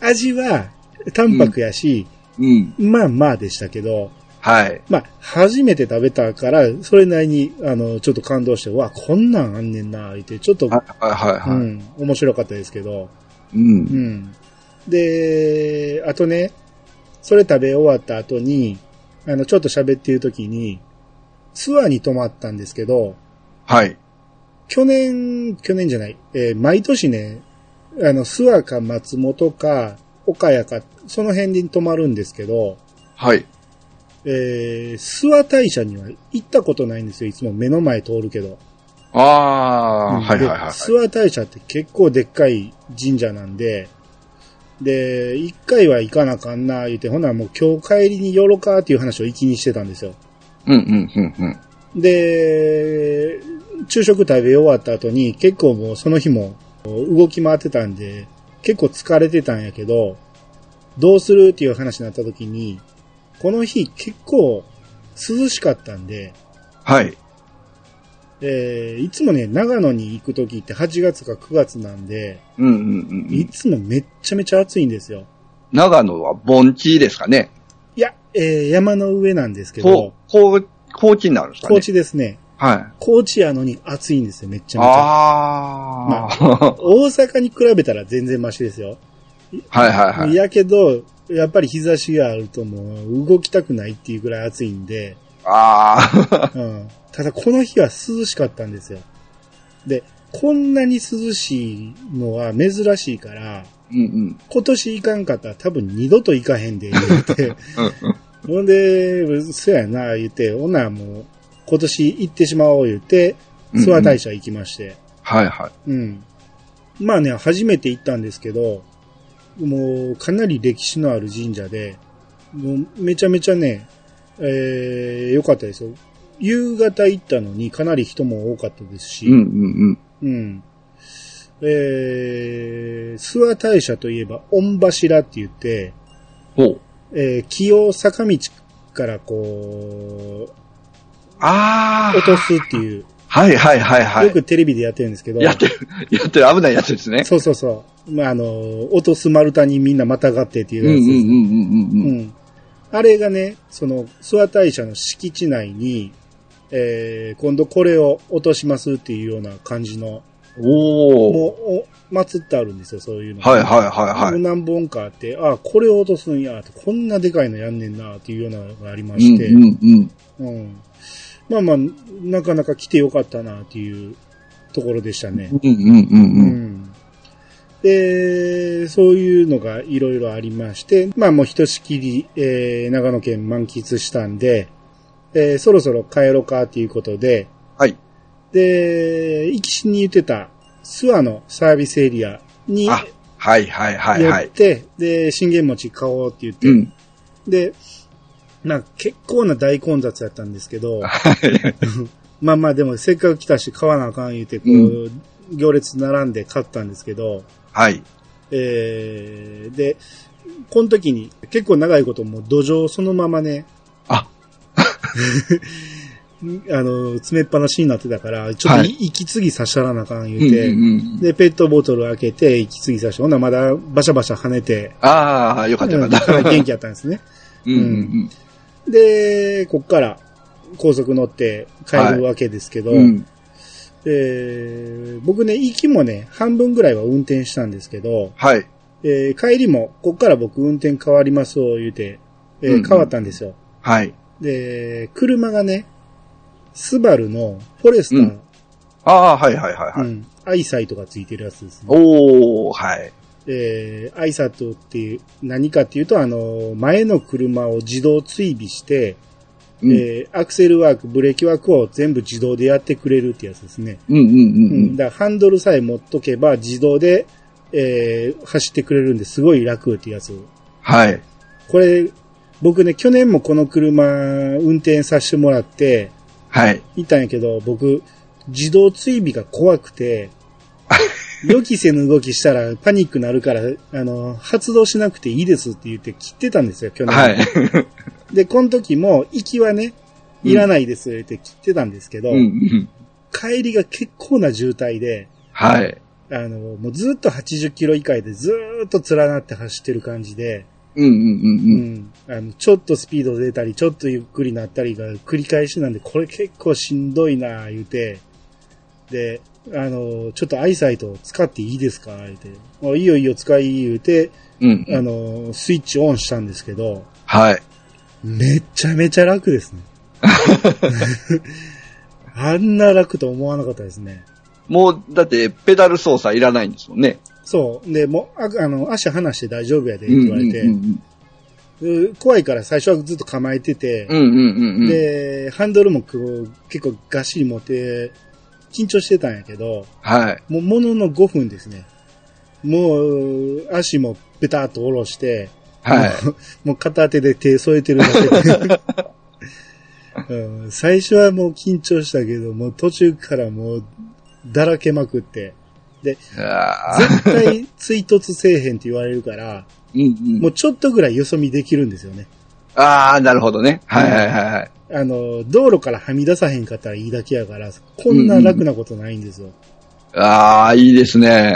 Speaker 1: 味は淡白やし、
Speaker 2: <laughs> うん。
Speaker 1: まあまあでしたけど、
Speaker 2: はい。
Speaker 1: まあ、初めて食べたから、それなりに、あの、ちょっと感動して、うわ、こんなんあんねんな、って、ちょっと、
Speaker 2: はいはいはいうはい。
Speaker 1: ん、面白かったですけど、
Speaker 2: うん
Speaker 1: う。ん。で、あとね、それ食べ終わった後に、あの、ちょっと喋っている時に、ツアーに泊まったんですけど、
Speaker 2: はい。
Speaker 1: 去年、去年じゃない、えー毎年ね、あの、諏訪か松本か、岡谷か、その辺に泊まるんですけど、
Speaker 2: はい。
Speaker 1: えー、諏訪大社には行ったことないんですよ。いつも目の前通るけど。
Speaker 2: ああ、はいはいはい
Speaker 1: で
Speaker 2: はい。
Speaker 1: 諏訪大社って結構でっかい神社なんで、で、一回は行かなあかんな、言うて、ほなもう今日帰りに寄ろかっていう話を行きにしてたんですよ。
Speaker 2: うんうんうんうん。
Speaker 1: で、昼食食べ終わった後に結構もうその日も動き回ってたんで、結構疲れてたんやけど、どうするっていう話になった時に、この日結構涼しかったんで、
Speaker 2: はい。
Speaker 1: えーいつもね、長野に行く時って8月か9月なんで、
Speaker 2: うんうんうんう
Speaker 1: い
Speaker 2: ん。
Speaker 1: つもめっちゃめちゃ暑いんですよ。
Speaker 2: 長野は盆地ですかね。
Speaker 1: いや、えー山の上なんですけ
Speaker 2: こ
Speaker 1: ど、
Speaker 2: う、こう、高地になるんですかね。
Speaker 1: 高。知ですね。
Speaker 2: はい。
Speaker 1: 高知やのに暑いんですよ、めっちゃめちゃ。
Speaker 2: ああー。
Speaker 1: 大阪に比べたら全然マシですよ。
Speaker 2: <laughs> はいはいはい。
Speaker 1: やけど、やっぱり日差しがあるともう動きたくないっていうぐらい暑いんで、
Speaker 2: ああ。
Speaker 1: うん、ただこの日は涼しかったんですよ。で、こんなに涼しいのは珍しいから、
Speaker 2: <laughs> うんうん。
Speaker 1: 今年行かんかったら多分二度と行かへんで、言って。
Speaker 2: うん
Speaker 1: ほんで、そやな、言って、ほなもう、今年行ってしまおう言って、
Speaker 2: うん
Speaker 1: 諏訪大社行きまして。
Speaker 2: はいはい。
Speaker 1: うん。まあね、初めて行ったんですけど、もうかなり歴史のある神社で、もうめちゃめちゃね、えー、良かったですよ。夕方行ったのにかなり人も多かったですし、
Speaker 2: うんうん
Speaker 1: うん。えー、諏訪大社といえば、御柱って言って、
Speaker 2: うん。ほう。
Speaker 1: えー、清坂道からこう、
Speaker 2: ああ。
Speaker 1: 落とすっていう、
Speaker 2: はいはいはいはい。
Speaker 1: よくテレビでやってるんですけど、
Speaker 2: やってる、 <laughs> やってる危ないやつですね。
Speaker 1: そうそうそう。まあ、あの、落とす丸太にみんなまたがってっていう
Speaker 2: うんうんう
Speaker 1: やつですね。
Speaker 2: んうんうん。
Speaker 1: うんあれがね、その、諏訪大社の敷地内に、えー、今度これを落としますっていうような感じの、
Speaker 2: おお。
Speaker 1: もう、お祀ってあるんですよ、そういうの。
Speaker 2: はいはいはいは
Speaker 1: 何本かあって、あこれを落とすんや、こんなでかいのやんねんな、っていうようなのがありま
Speaker 2: い。
Speaker 1: して、
Speaker 2: うんうんうん。
Speaker 1: うんまあまあ、なかなか来てよかったな、っていうところでしたね。
Speaker 2: うんうんうんうん。
Speaker 1: で、そういうのがいろいろありまして、まあもうひとしきり、えー長野県満喫したんで、えーそろそろ帰ろうかということで、
Speaker 2: はい。
Speaker 1: で、行きしに言ってた、諏訪のサービスエリアに寄っ
Speaker 2: あ
Speaker 1: て、、
Speaker 2: はいはいはいはい。
Speaker 1: で、信玄餅買おうって言って、
Speaker 2: うん。
Speaker 1: で、なんか結構な大混雑やったんですけど、
Speaker 2: <laughs> はい
Speaker 1: <laughs> まあまあでもせっかく来たし買わなあかん言うて、こう、
Speaker 2: う
Speaker 1: 行列並んで買ったんですけど、
Speaker 2: はい。
Speaker 1: えー、で、この時に結構長いこともう土壌そのままね、
Speaker 2: あ、
Speaker 1: んあの、詰めっぱなしになってたから、ちょっとい、
Speaker 2: はい
Speaker 1: 息継ぎさしゃらなあかん
Speaker 2: う
Speaker 1: 言
Speaker 2: ん
Speaker 1: う
Speaker 2: うん
Speaker 1: て、
Speaker 2: うん。
Speaker 1: で、ペットボトル開けて、息継ぎさして、ほんならまだバシャバシャ跳ねて、
Speaker 2: ああ、よかったよかった。
Speaker 1: うん元気やったんですね。
Speaker 2: うんうんうん
Speaker 1: で、こっから高速乗って帰るわけですけど、
Speaker 2: うん。
Speaker 1: えー僕ね、行きもね、半分ぐらいは運転したんですけど、
Speaker 2: はい。
Speaker 1: えー帰りも、こっから僕運転変わりますを言うて、えー
Speaker 2: うんうん
Speaker 1: 変わったんですよ。
Speaker 2: はい。
Speaker 1: で、車がね、スバルのフォレスター、
Speaker 2: ああ、はいはいはいは
Speaker 1: う
Speaker 2: い。
Speaker 1: ん、アイサイトがついてるやつですね。
Speaker 2: おー、はい。
Speaker 1: えー、アイサイトっていう、何かっていうと、あの、前の車を自動追尾して、
Speaker 2: うん
Speaker 1: えーアクセルワーク、ブレーキワークを全部自動でやってくれるってやつですね。
Speaker 2: うんうん
Speaker 1: う
Speaker 2: うんうん
Speaker 1: ん、。だからハンドルさえ持っとけば自動で、えー走ってくれるんですごい楽っていうやつ。
Speaker 2: はい。
Speaker 1: これ、僕ね、去年もこの車運転させてもらって、
Speaker 2: はい。
Speaker 1: いたんやけど、僕、自動追尾が怖く
Speaker 2: <laughs>
Speaker 1: て、予期せぬ動きしたらパニックなるから、あの、発動しなくていいですって言って切ってたんですよ、去年。
Speaker 2: はい。
Speaker 1: で、この時も、行きはね、いらないですって切ってたんですけど、
Speaker 2: うんうん。
Speaker 1: 帰りが結構な渋滞で、
Speaker 2: はい。
Speaker 1: あの、もうずっと80キロ以下でずーっと連なって走ってる感じで、
Speaker 2: うんうんうん
Speaker 1: うん。あ
Speaker 2: うん。
Speaker 1: の、ちょっとスピード出たり、ちょっとゆっくりなったりが繰り返しなんで、これ結構しんどいなぁ、言うて。で、あの、ちょっとアイサイト使っていいですか言うて。あいいよいいよ使い、言うて、
Speaker 2: うんう
Speaker 1: あ
Speaker 2: ん。
Speaker 1: の、スイッチオンしたんですけど、
Speaker 2: はい。
Speaker 1: めちゃめちゃ楽ですね。 <laughs> あんな楽と思わなかったですね。
Speaker 2: もう、だって、ペダル操作いらないんですもんね。
Speaker 1: そう。で、もう、ああの、足離して大丈夫やで、
Speaker 2: うん
Speaker 1: 言
Speaker 2: う
Speaker 1: わ
Speaker 2: ん
Speaker 1: れ
Speaker 2: うん
Speaker 1: て、う怖いから最初はずっと構えてて、
Speaker 2: うんうんうんうん。
Speaker 1: で、ハンドルもこう結構がっしり持って、緊張してたんやけど、
Speaker 2: はい。
Speaker 1: もうものの5分ですね。もう、足もペタッと下ろして、
Speaker 2: はい。
Speaker 1: <laughs> もう片手で手添えてるだ
Speaker 2: <laughs>
Speaker 1: けで、うん最初はもう緊張したけど、もう途中からもう、だらけまくって、
Speaker 2: あー
Speaker 1: 絶対追突せえへんって言われるから、
Speaker 2: うんう
Speaker 1: も
Speaker 2: ん
Speaker 1: うちょっとぐらいよそ見できるんですよね。
Speaker 2: あー、なるほどね。はいはいはいはい。
Speaker 1: あの、道路からはみ出さへんかったらいいだけやから、こんな楽なことないんですよ。
Speaker 2: ああ、いいですね。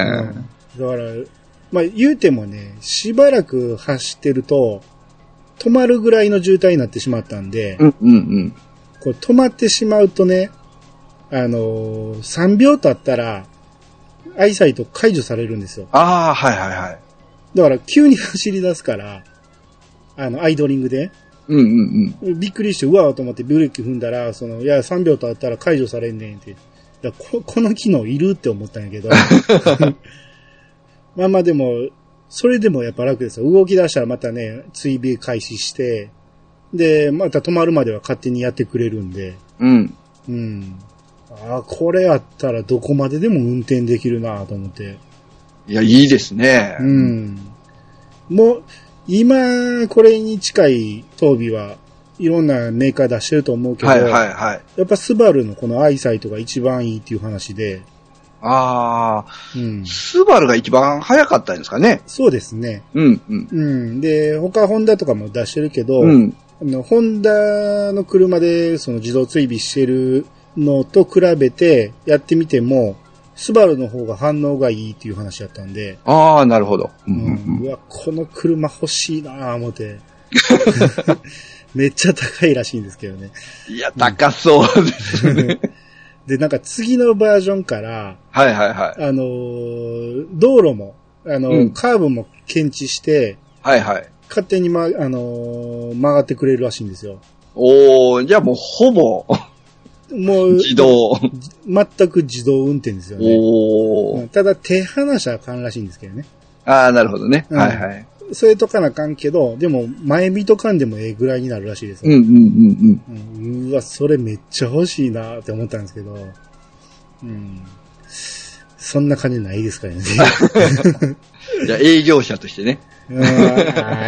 Speaker 1: だから、まあ言うてもね、しばらく走ってると、止まるぐらいの渋滞になってしまったんで、
Speaker 2: うんうんうん。
Speaker 1: こう止まってしまうとね、あのー3秒経ったら、アイサイト解除されるんですよ。
Speaker 2: ああ、はいはいはい。
Speaker 1: だから急に走り出すから、あの、アイドリングで、
Speaker 2: うんうんうん。
Speaker 1: びっくりして、うわーと思ってブレーキ踏んだら、その、いや、3秒経ったら解除されんねんって。いやここの機能いるって思ったんやけど。 <laughs> まあまあでも、それでもやっぱ楽ですよ。動き出したらまたね、追尾開始して、で、また止まるまでは勝手にやってくれるんで、
Speaker 2: うん。
Speaker 1: うん。ああ、これあったらどこまででも運転できるなと思って。
Speaker 2: いや、いいですね。
Speaker 1: うん。もう、今、これに近い装備はいろんなメーカー出してると思うけど、
Speaker 2: はいはいはい。
Speaker 1: やっぱスバルのこのアイサイトが一番いいっていう話で、
Speaker 2: ああ、
Speaker 1: うん。
Speaker 2: スバルが一番早かったんですかね。
Speaker 1: そうですね。
Speaker 2: うんうん。
Speaker 1: うん。で、他ホンダとかも出してるけど、
Speaker 2: うん。
Speaker 1: あのホンダの車でその自動追尾してるのと比べてやってみても、スバルの方が反応がいいっていう話だったんで、
Speaker 2: ああ、なるほど。う
Speaker 1: うん、
Speaker 2: うんん
Speaker 1: うわ、この車欲しいなぁ思 <laughs> って。めっちゃ高いらしいんですけ <laughs> どね。
Speaker 2: うんいや、高そう <laughs> ですね。
Speaker 1: で、なんか次のバージョンから、
Speaker 2: はいはいはい。
Speaker 1: あのー道路も、あのー
Speaker 2: うん
Speaker 1: カーブも検知して、
Speaker 2: はいはい。
Speaker 1: 勝手に、ま、あのー曲がってくれるらしいんですよ。
Speaker 2: おー、じゃあもうほぼ
Speaker 1: もう、
Speaker 2: 自動。
Speaker 1: 全く自動運転ですよね。
Speaker 2: お
Speaker 1: う
Speaker 2: ー。
Speaker 1: んただ、手離しゃあかんらしいんですけどね。
Speaker 2: ああ、なるほどね。
Speaker 1: うん
Speaker 2: はいはい。
Speaker 1: それとかなあかんけど、でも、前見とかんでもええぐらいになるらしいです
Speaker 2: うん
Speaker 1: よ。
Speaker 2: うんうんうん。
Speaker 1: うん、うわ、それめっちゃ欲しいなって思ったんですけど、うん。そんな金ないですからね。
Speaker 2: じゃあ営業者としてね。
Speaker 1: うんあ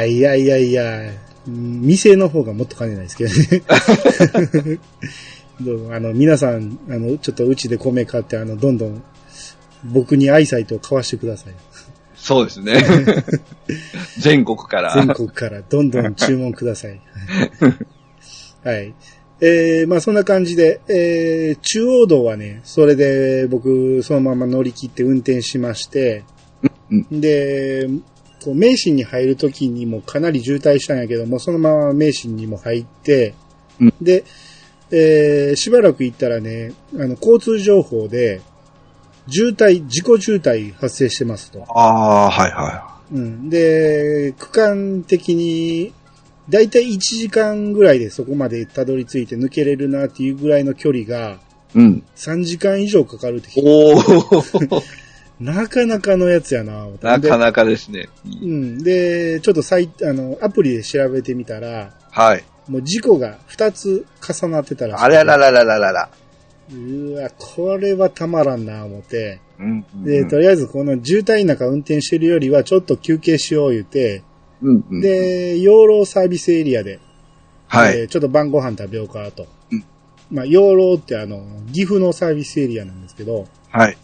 Speaker 1: ーいやいやいや、うん店の方がもっと金ないですけどね。 <laughs> どうもあの皆さん、あの、ちょっとうちで米買って、あの、どんどん僕に愛妻と交わしてください。
Speaker 2: そうで
Speaker 1: <laughs>
Speaker 2: すね。全国から。
Speaker 1: 全国からどんどん注文ください。はい。えー、まあそんな感じで、えー、中央道はね、それで僕、そのまま乗り切って運転しまして、
Speaker 2: うん
Speaker 1: で、こう、名神に入る時にもかなり渋滞したんやけども、そのまま名神にも入って、
Speaker 2: うん
Speaker 1: で、えー、しばらく行ったらね、あの、交通情報で、渋滞、自己渋滞発生してますと。
Speaker 2: ああー、はいは
Speaker 1: うん。で、区間的に、だいたい1時間ぐらいでそこまでたどり着いて抜けれるなっていうぐらいの距離が、
Speaker 2: い。うん。
Speaker 1: 3時間以上かかるって聞いて、<laughs>
Speaker 2: おお
Speaker 1: なかなかのやつやな思って
Speaker 2: なかなかですね。
Speaker 1: でうん。で、ちょっとサイあの、アプリで調べてみたら、
Speaker 2: はい。
Speaker 1: もう事故が2つ重なってたらしくて
Speaker 2: あららららららら。
Speaker 1: うわ、これはたまらんな思って。
Speaker 2: うんうん
Speaker 1: で、とりあえずこの渋滞の中運転してるよりはちょっと休憩しよう言って、
Speaker 2: うんうん、
Speaker 1: で、養老サービスエリアで、
Speaker 2: は
Speaker 1: え
Speaker 2: い。
Speaker 1: ーちょっと晩ご飯食べようかと。
Speaker 2: うん
Speaker 1: まあ、養老ってあの、岐阜のサービスエリアなんですけど、 <laughs>
Speaker 2: はい。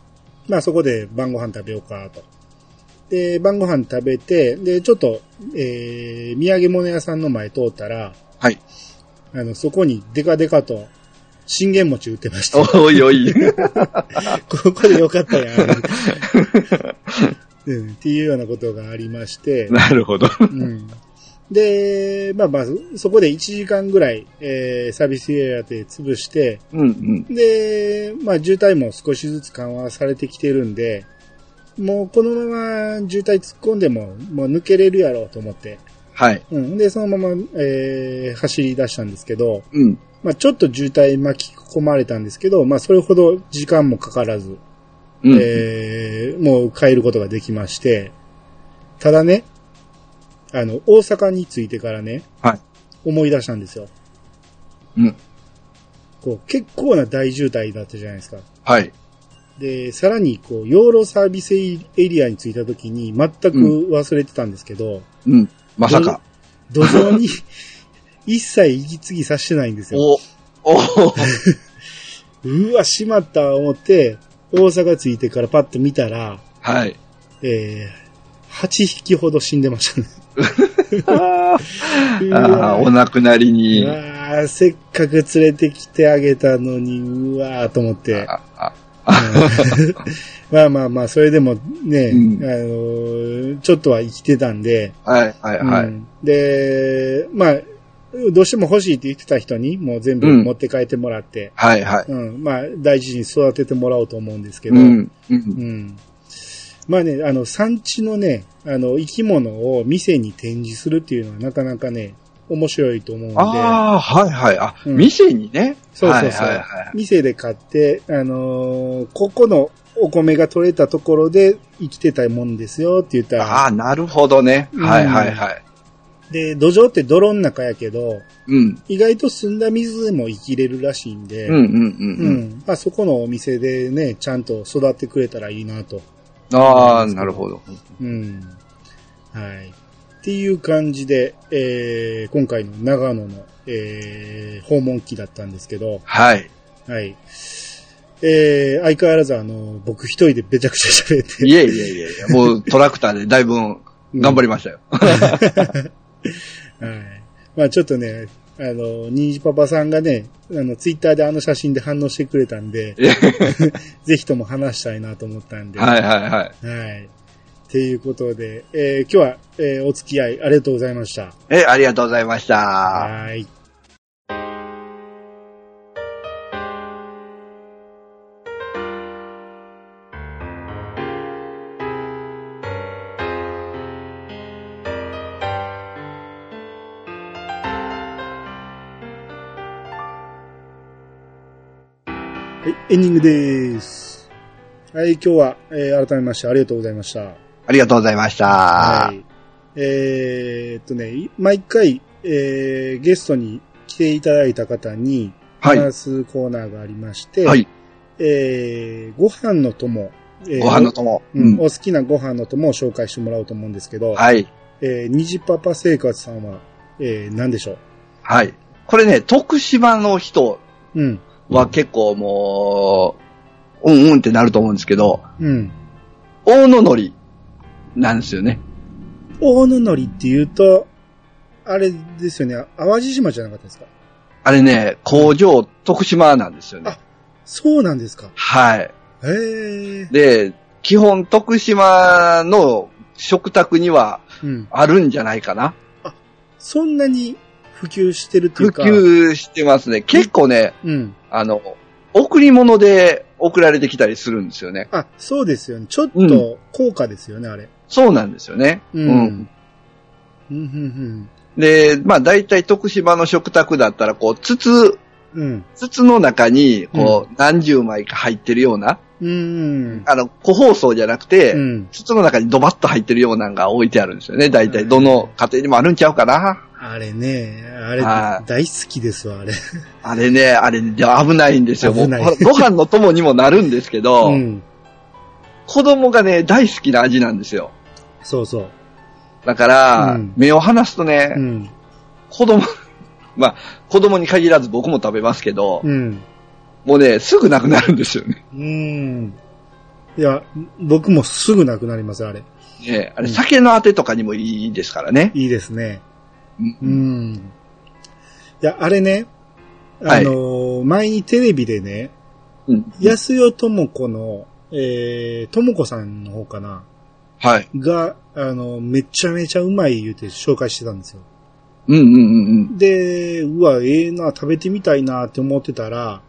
Speaker 1: まあそこで晩ご飯食べようかと。で、晩ご飯食べて、で、ちょっと、えー、土産物屋さんの前通ったら、
Speaker 2: はい。
Speaker 1: あの、そこにデカデカと、信玄餅売ってました。
Speaker 2: おいおい。
Speaker 1: <laughs> ここでよかったやん。 <laughs> うん、っていうようなことがありまして、
Speaker 2: <laughs> なるほど。
Speaker 1: うんで、まあまあ、そこで1時間ぐらい、えーサービスエリアで潰して、
Speaker 2: うんうん。
Speaker 1: で、まあ渋滞も少しずつ緩和されてきてるんで、もうこのまま渋滞突っ込んでも、もう抜けれるやろうと思って、
Speaker 2: はい。
Speaker 1: うん。で、そのまま、えー走り出したんですけど、
Speaker 2: うん。
Speaker 1: まあちょっと渋滞巻き込まれたんですけど、まあそれほど時間もかからず、
Speaker 2: うん。
Speaker 1: えーもう帰ることができまして、ただね、あの、大阪に着いてからね、
Speaker 2: はい
Speaker 1: 思い出したんですよ。
Speaker 2: うん。
Speaker 1: こう、結構な大渋滞だったじゃないですか。
Speaker 2: はい。
Speaker 1: で、さらに、こう、養老サービスエリアに着いた時に全く忘れてたんですけど、
Speaker 2: うん。まさか。
Speaker 1: 土壌
Speaker 2: <laughs>
Speaker 1: に一切息継ぎさせてないんですよ。
Speaker 2: お、
Speaker 1: <laughs>
Speaker 2: お、
Speaker 1: うわ、しまった思って、大阪着いてからパッと見たら、
Speaker 2: はい。
Speaker 1: えー、8匹ほど死んでましたね。
Speaker 2: あ
Speaker 1: う
Speaker 2: あ、
Speaker 1: わ
Speaker 2: お亡くなりに
Speaker 1: う。わあ、せっかく連れてきてあげたのに、うわあ、と思って。
Speaker 2: ああ
Speaker 1: うん <laughs> まあまあまあ、それでもね、
Speaker 2: うん
Speaker 1: あのーちょっとは生きてたんで、
Speaker 2: はい、はい、は
Speaker 1: う
Speaker 2: い。
Speaker 1: んで、まあ、どうしても欲しいって言ってた人に、もう全部
Speaker 2: うん
Speaker 1: 持って帰ってもらって、
Speaker 2: はい、はい。
Speaker 1: うんまあ、大事に育ててもらおうと思うんですけど、
Speaker 2: うん。
Speaker 1: う
Speaker 2: う
Speaker 1: んんまあね、あの、産地のね、あの、生き物を店に展示するっていうのはなかなかね、面白いと思うんで。
Speaker 2: ああ、はい、はい。あ、
Speaker 1: うん
Speaker 2: 店にね。
Speaker 1: そうそうそう。
Speaker 2: はい、はい、はい。
Speaker 1: 店で買って、あのーここのお米が取れたところで生きてたもんですよって言った
Speaker 2: あ
Speaker 1: ら、
Speaker 2: あ、なるほどね。
Speaker 1: うん
Speaker 2: はい、はい、はい。
Speaker 1: で、土壌って泥の中やけど、
Speaker 2: うん。
Speaker 1: 意外と澄んだ水でも生きれるらしいんで、
Speaker 2: うん、うん、
Speaker 1: う
Speaker 2: うんん。
Speaker 1: まあ、そこのお店でね、ちゃんと育ってくれたらいいなと。
Speaker 2: ああ、なるほど。
Speaker 1: うん。はい。っていう感じで、えー今回の長野の、えー訪問期だったんですけど、
Speaker 2: はい。
Speaker 1: はい。えー、相変わらずあの、僕一人でべちゃくちゃ喋って。
Speaker 2: いえいえいえいえ、もうトラクターでだいぶ頑張りましたよ。
Speaker 1: はい。まあちょっとね、あの、ニンジパパさんがね、あの、ツイッターであの写真で反応してくれたんで、 <laughs> ぜひとも話したいなと思ったんで、
Speaker 2: はいはいはい。
Speaker 1: い。はい。っていうことで、えー今日は、えーお付き合いありがとうございました。
Speaker 2: え、ありがとうございました。
Speaker 1: はい。はい、エンディングです。はい、今日は、えー改めましてありがとうございました。
Speaker 2: ありがとうございました。
Speaker 1: はい。えーっとね、毎回、えーゲストに来ていただいた方に、
Speaker 2: はい
Speaker 1: 話すコーナーがありまして、
Speaker 2: はい
Speaker 1: えーご飯の友、えー
Speaker 2: ご飯の友。
Speaker 1: うん、お好きなご飯の友を紹介してもらおうと思うんですけど、
Speaker 2: はい。
Speaker 1: えー、虹パパ生活さんは、えー、何でしょ
Speaker 2: はい。これね、徳島の人
Speaker 1: ううん、
Speaker 2: は結構もう、うんうんってなると思うんですけど、
Speaker 1: うん。
Speaker 2: 大野のりなんですよね。
Speaker 1: 大野のりって言うと、あれですよね、淡路島じゃなかったですか
Speaker 2: あれね、工場、徳島なんですよね。
Speaker 1: そうなんですか
Speaker 2: はい。
Speaker 1: へえ。
Speaker 2: で、基本徳島の食卓には
Speaker 1: うん。
Speaker 2: あるんじゃないかな。
Speaker 1: そんなに普及してるとい
Speaker 2: 普
Speaker 1: うか。。
Speaker 2: 及してますね。結構ね、
Speaker 1: うん。
Speaker 2: あの、贈り物で送られてきたりするんですよね。
Speaker 1: あ、そうですよね。ちょっ
Speaker 2: う
Speaker 1: と高価ですよね、あれ。
Speaker 2: そうなんですよね。
Speaker 1: うん。
Speaker 2: う
Speaker 1: うん
Speaker 2: ん、
Speaker 1: うん、
Speaker 2: で、まあ大体徳島の食卓だったら、こう、筒、
Speaker 1: うん。うん。
Speaker 2: 筒の中に、こう、何十枚か入ってるような、
Speaker 1: うん。
Speaker 2: あの、個包装じゃなくて、
Speaker 1: うん。
Speaker 2: 筒の中にドバッと入ってるようなのが置いてあるんですよね。大体どの家庭にもあるんちゃうかな。
Speaker 1: あれね、あれ
Speaker 2: は
Speaker 1: 大好きですわ、あれ。
Speaker 2: あれね、あれで危ないんですよ。もう
Speaker 1: 危ない
Speaker 2: ほらご飯の友にもなるんですけど、
Speaker 1: うん。
Speaker 2: 子供がね、大好きな味なんですよ。
Speaker 1: そうそう。
Speaker 2: だから、
Speaker 1: うん
Speaker 2: 目を離すとね、
Speaker 1: うん。
Speaker 2: 子供、 <laughs> まあ、子供に限らず僕も食べますけど、
Speaker 1: うん。
Speaker 2: もうね、すぐなくなるんですよね。
Speaker 1: うん。いや、僕もすぐなくなります、あれ。
Speaker 2: ねあれ、
Speaker 1: うん
Speaker 2: 酒のあてとかにもいいですからね。
Speaker 1: いいですね。
Speaker 2: うん
Speaker 1: うん。いや、あれね、
Speaker 2: は
Speaker 1: あ
Speaker 2: い
Speaker 1: のー前にテレビでね、
Speaker 2: うん。
Speaker 1: 安代智子の、えー、智子さんの方かな、
Speaker 2: はい。
Speaker 1: が、あの、めちゃめちゃうまい言うて紹介してたんですよ。
Speaker 2: うんうんうんうん。
Speaker 1: で、うわ、ええな、食べてみたいなって思ってたら、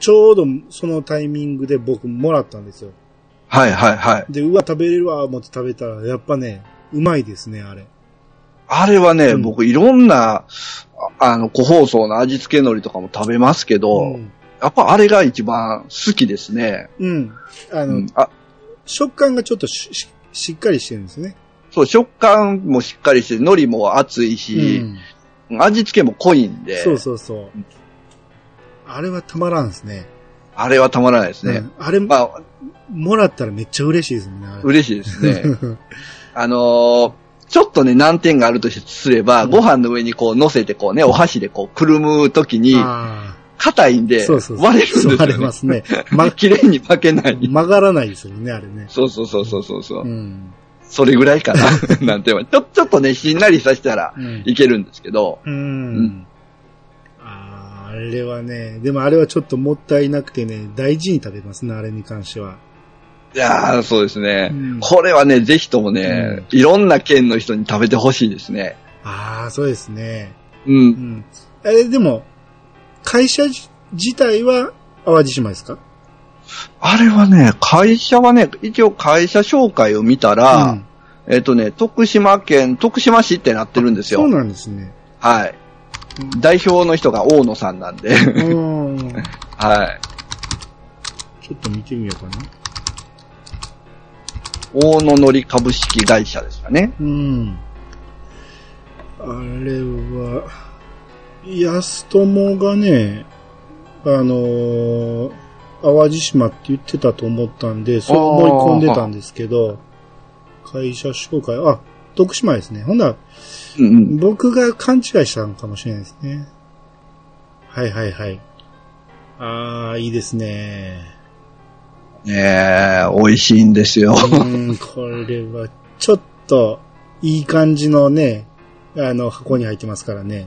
Speaker 1: ちょうどそのタイミングで僕もらったんですよ。
Speaker 2: はいはいはい。
Speaker 1: で、うわ、食べれるわ、思って食べたら、やっぱね、うまいですね、あれ。
Speaker 2: あれはね、
Speaker 1: うん
Speaker 2: 僕いろんな、ああの、個包装の味付け海苔とかも食べますけど、
Speaker 1: ん。
Speaker 2: やっぱあれが一番好きですね。
Speaker 1: うん。あの、
Speaker 2: うん、あ
Speaker 1: 食感がちょっとしししっかりしてるんですね。
Speaker 2: そう、食感もしっかりして、海苔も厚いし、味付けも濃いんで、
Speaker 1: そうそうそう。あれはたまらんですね。
Speaker 2: あれはたまらないですね。
Speaker 1: うんあれ、
Speaker 2: まあ、
Speaker 1: もらったらめっちゃ嬉しいですもんね。あれ
Speaker 2: 嬉しいですね。
Speaker 1: <laughs>
Speaker 2: あのーちょっとね、難点があるとすれば、
Speaker 1: うん
Speaker 2: ご飯の上にこう乗せてこうね、お箸でこうくるむときに、
Speaker 1: あ
Speaker 2: 硬いん
Speaker 1: あ、
Speaker 2: で、
Speaker 1: そうそうそう。
Speaker 2: 割れるんですよ、
Speaker 1: 割れ
Speaker 2: ね
Speaker 1: ま。す
Speaker 2: <laughs>
Speaker 1: ね。ま、
Speaker 2: 綺麗に負けない。
Speaker 1: 曲がらないですもんね、あれね。
Speaker 2: そうそうそうそうそう。う
Speaker 1: うん。
Speaker 2: それぐらいか
Speaker 1: <laughs>
Speaker 2: な。なんて言えばちょ、ちょっとね、しんなりさせたら
Speaker 1: うん。
Speaker 2: いけるんですけど、
Speaker 1: うん
Speaker 2: うん
Speaker 1: あーあれはね、でもあれはちょっともったいなくてね、大事に食べますね、あれに関しては。
Speaker 2: いやー、そうですね。
Speaker 1: うん
Speaker 2: これはね、ぜひともね、いろんな県の人に食べてほしいですね。
Speaker 1: ああ、そうですね。
Speaker 2: う。
Speaker 1: うんん。あれ、でも、会社じ自体は淡路島ですか
Speaker 2: あれはね、会社はね、一応会社紹介を見たら、
Speaker 1: うん
Speaker 2: えっとね、徳島県、徳島市ってなってるんです
Speaker 1: そう
Speaker 2: よ。
Speaker 1: なんです
Speaker 2: <laughs>
Speaker 1: ね。
Speaker 2: はい。代表の人が大野さんなんで、 <laughs>
Speaker 1: うん。
Speaker 2: はい。
Speaker 1: ちょっと見てみようかな。
Speaker 2: 大野のり株式会社ですかね。
Speaker 1: うん。あれは、安友がね、あのー淡路島って言ってたと思ったんで、そう思い込んでたんですけど、会社紹介、あ、徳島ですね。ほんなら、
Speaker 2: うんうん。
Speaker 1: 僕が勘違いしたのかもしれないですね。はいはいはい。ああ、いいですね。
Speaker 2: ねえ、美味しいんですよ。 <laughs>
Speaker 1: うーん、これは、ちょっと、いい感じのね、あの、箱に入ってますからね。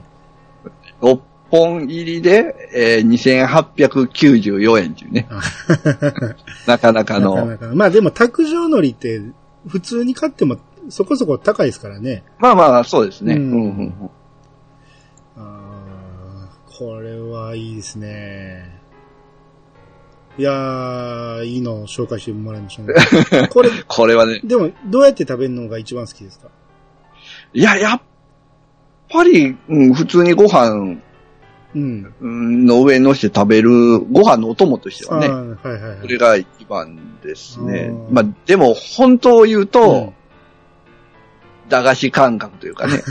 Speaker 2: 6本入りで、えー2894円っていう
Speaker 1: <laughs>
Speaker 2: ね。なかなか
Speaker 1: な
Speaker 2: の。
Speaker 1: かなか。まあでも、卓上海苔って、普通に買っても、そこそこ高いですからね。
Speaker 2: まあまあ、そうですね。
Speaker 1: う
Speaker 2: うんんうんうん
Speaker 1: あーこれはいいですね。いやー、いいのを紹介してもらいました
Speaker 2: <laughs>
Speaker 1: ね。これ、
Speaker 2: これはね、
Speaker 1: でも、どうやって食べるのが一番好きですか
Speaker 2: いや、やっぱり、うん、普通にご飯
Speaker 1: うん。
Speaker 2: うんの上に乗せて食べる、ご飯のお供として
Speaker 1: あ
Speaker 2: はね、
Speaker 1: ーはいはいは
Speaker 2: そ
Speaker 1: い
Speaker 2: れ。が一番ですね
Speaker 1: う。ん
Speaker 2: まあ、でも、本当を言うと、
Speaker 1: うん
Speaker 2: 駄菓子感覚という
Speaker 1: <laughs>
Speaker 2: かね、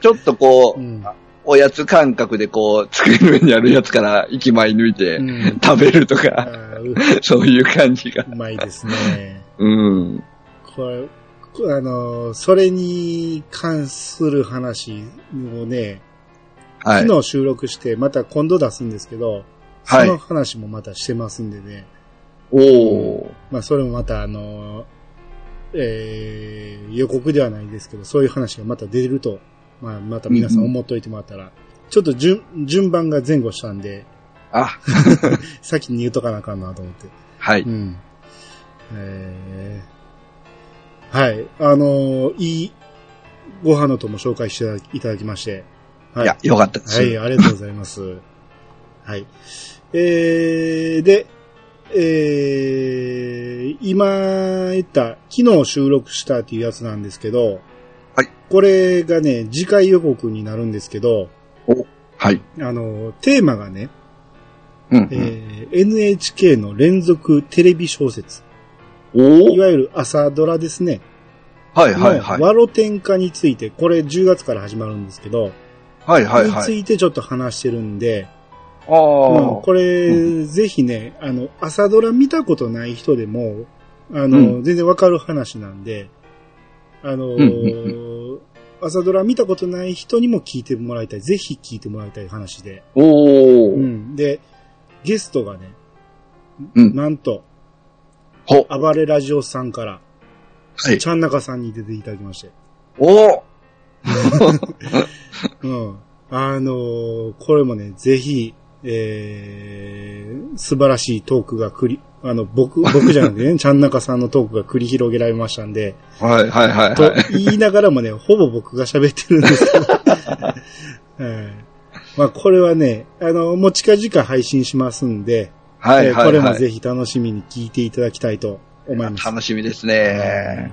Speaker 2: ちょっとこう、
Speaker 1: うん
Speaker 2: おやつ感覚でこう、机の上にあるやつから一枚抜いて
Speaker 1: うん
Speaker 2: 食べると
Speaker 1: あ
Speaker 2: か、
Speaker 1: ーう
Speaker 2: そういう感じが。
Speaker 1: うまいですね。
Speaker 2: うん。
Speaker 1: これ、こあの、それに関する話をね、
Speaker 2: はい。
Speaker 1: 昨日収録して、また今度出すんですけど、
Speaker 2: は
Speaker 1: そ
Speaker 2: い
Speaker 1: の話もまたしてますんでね。
Speaker 2: おお
Speaker 1: まあ、それもまた、あの、えー、予告ではないですけど、そういう話がまた出ると、まあ、また皆さん思っといてもらったら、ちょっと順、順番が前後したんで、
Speaker 2: あ、
Speaker 1: 先に言うとかなあかんなと思って。。
Speaker 2: はいう
Speaker 1: ん。えー、はい。あのーいいご飯のとも紹介していただきまして。はい
Speaker 2: や、よかったです。 <laughs>
Speaker 1: はい、ありがとうございます。はい。えー、で、えー、今言った、昨日収録したっていうやつなんですけど、
Speaker 2: はい。
Speaker 1: これがね、次回予告になるんですけど、
Speaker 2: はい。
Speaker 1: あの、テーマがね、
Speaker 2: うん
Speaker 1: えー NHK の連続テレビ小説、
Speaker 2: うん。
Speaker 1: いわゆる朝ドラですね。
Speaker 2: おはいはいはい
Speaker 1: の。ワロ天化について、これ10月から始まるんですけど、
Speaker 2: はいはいは
Speaker 1: につ
Speaker 2: い。
Speaker 1: いてちょっと話してるんで、
Speaker 2: ああ、
Speaker 1: うんこれ、ぜひね、あの、朝ドラ見たことない人でも、あの、
Speaker 2: う
Speaker 1: 全然わかる話なんで、あの、
Speaker 2: ん
Speaker 1: 朝ドラ見たことない人にも聞いてもらいたい。ぜひ聞いてもらいたい話で。
Speaker 2: おお、
Speaker 1: うん。で、ゲストがね、
Speaker 2: うん
Speaker 1: なんと、
Speaker 2: ほ、
Speaker 1: 暴れラジオさんから、
Speaker 2: はい。
Speaker 1: ちゃんなかさんに出ていただきまして。
Speaker 2: おお
Speaker 1: うん。あのーこれもね、ぜひ、えー、素晴らしいトークが繰り、あの、
Speaker 2: <laughs>
Speaker 1: 僕、僕じゃなくてね、ちゃんなかさんのトークが繰り広げられましたんで、
Speaker 2: <laughs> はいはいはい
Speaker 1: と
Speaker 2: はい。
Speaker 1: 言いながらもね、ほぼ僕が喋ってるん
Speaker 2: <laughs>
Speaker 1: ですけど、はいまあ、これはね、あの、もう近々配信しますんで、
Speaker 2: はい
Speaker 1: え
Speaker 2: は
Speaker 1: ー
Speaker 2: い、はい。
Speaker 1: これもぜひ楽しみに聞いていただきたいと思います。
Speaker 2: 楽しみですね。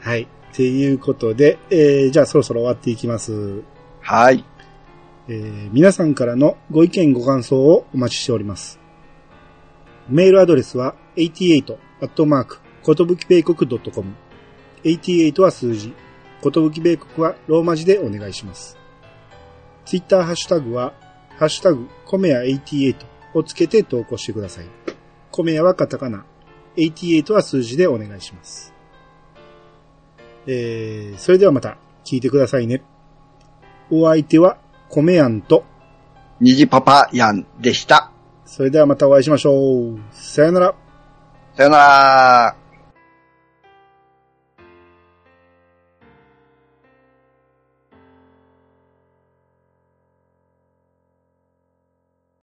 Speaker 1: はい。ということで、えー、じゃあそろそろ終わっていきます。
Speaker 2: はい。
Speaker 1: えー皆さんからのご意見ご感想をお待ちしております。メールアドレスは88アットマーク、ことぶき米国 .com。88は数字、ことぶき米国はローマ字でお願いします。ツイッターハッシュタグは、ハッシュタグ、コメヤ88をつけて投稿してください。コメヤはカタカナ、88は数字でお願いします。えー、それではまた聞いてくださいね。お相手は、コメヤンと、
Speaker 2: 虹パパヤンでした。
Speaker 1: それではまたお会いしましょう。さよなら。
Speaker 2: さよなら。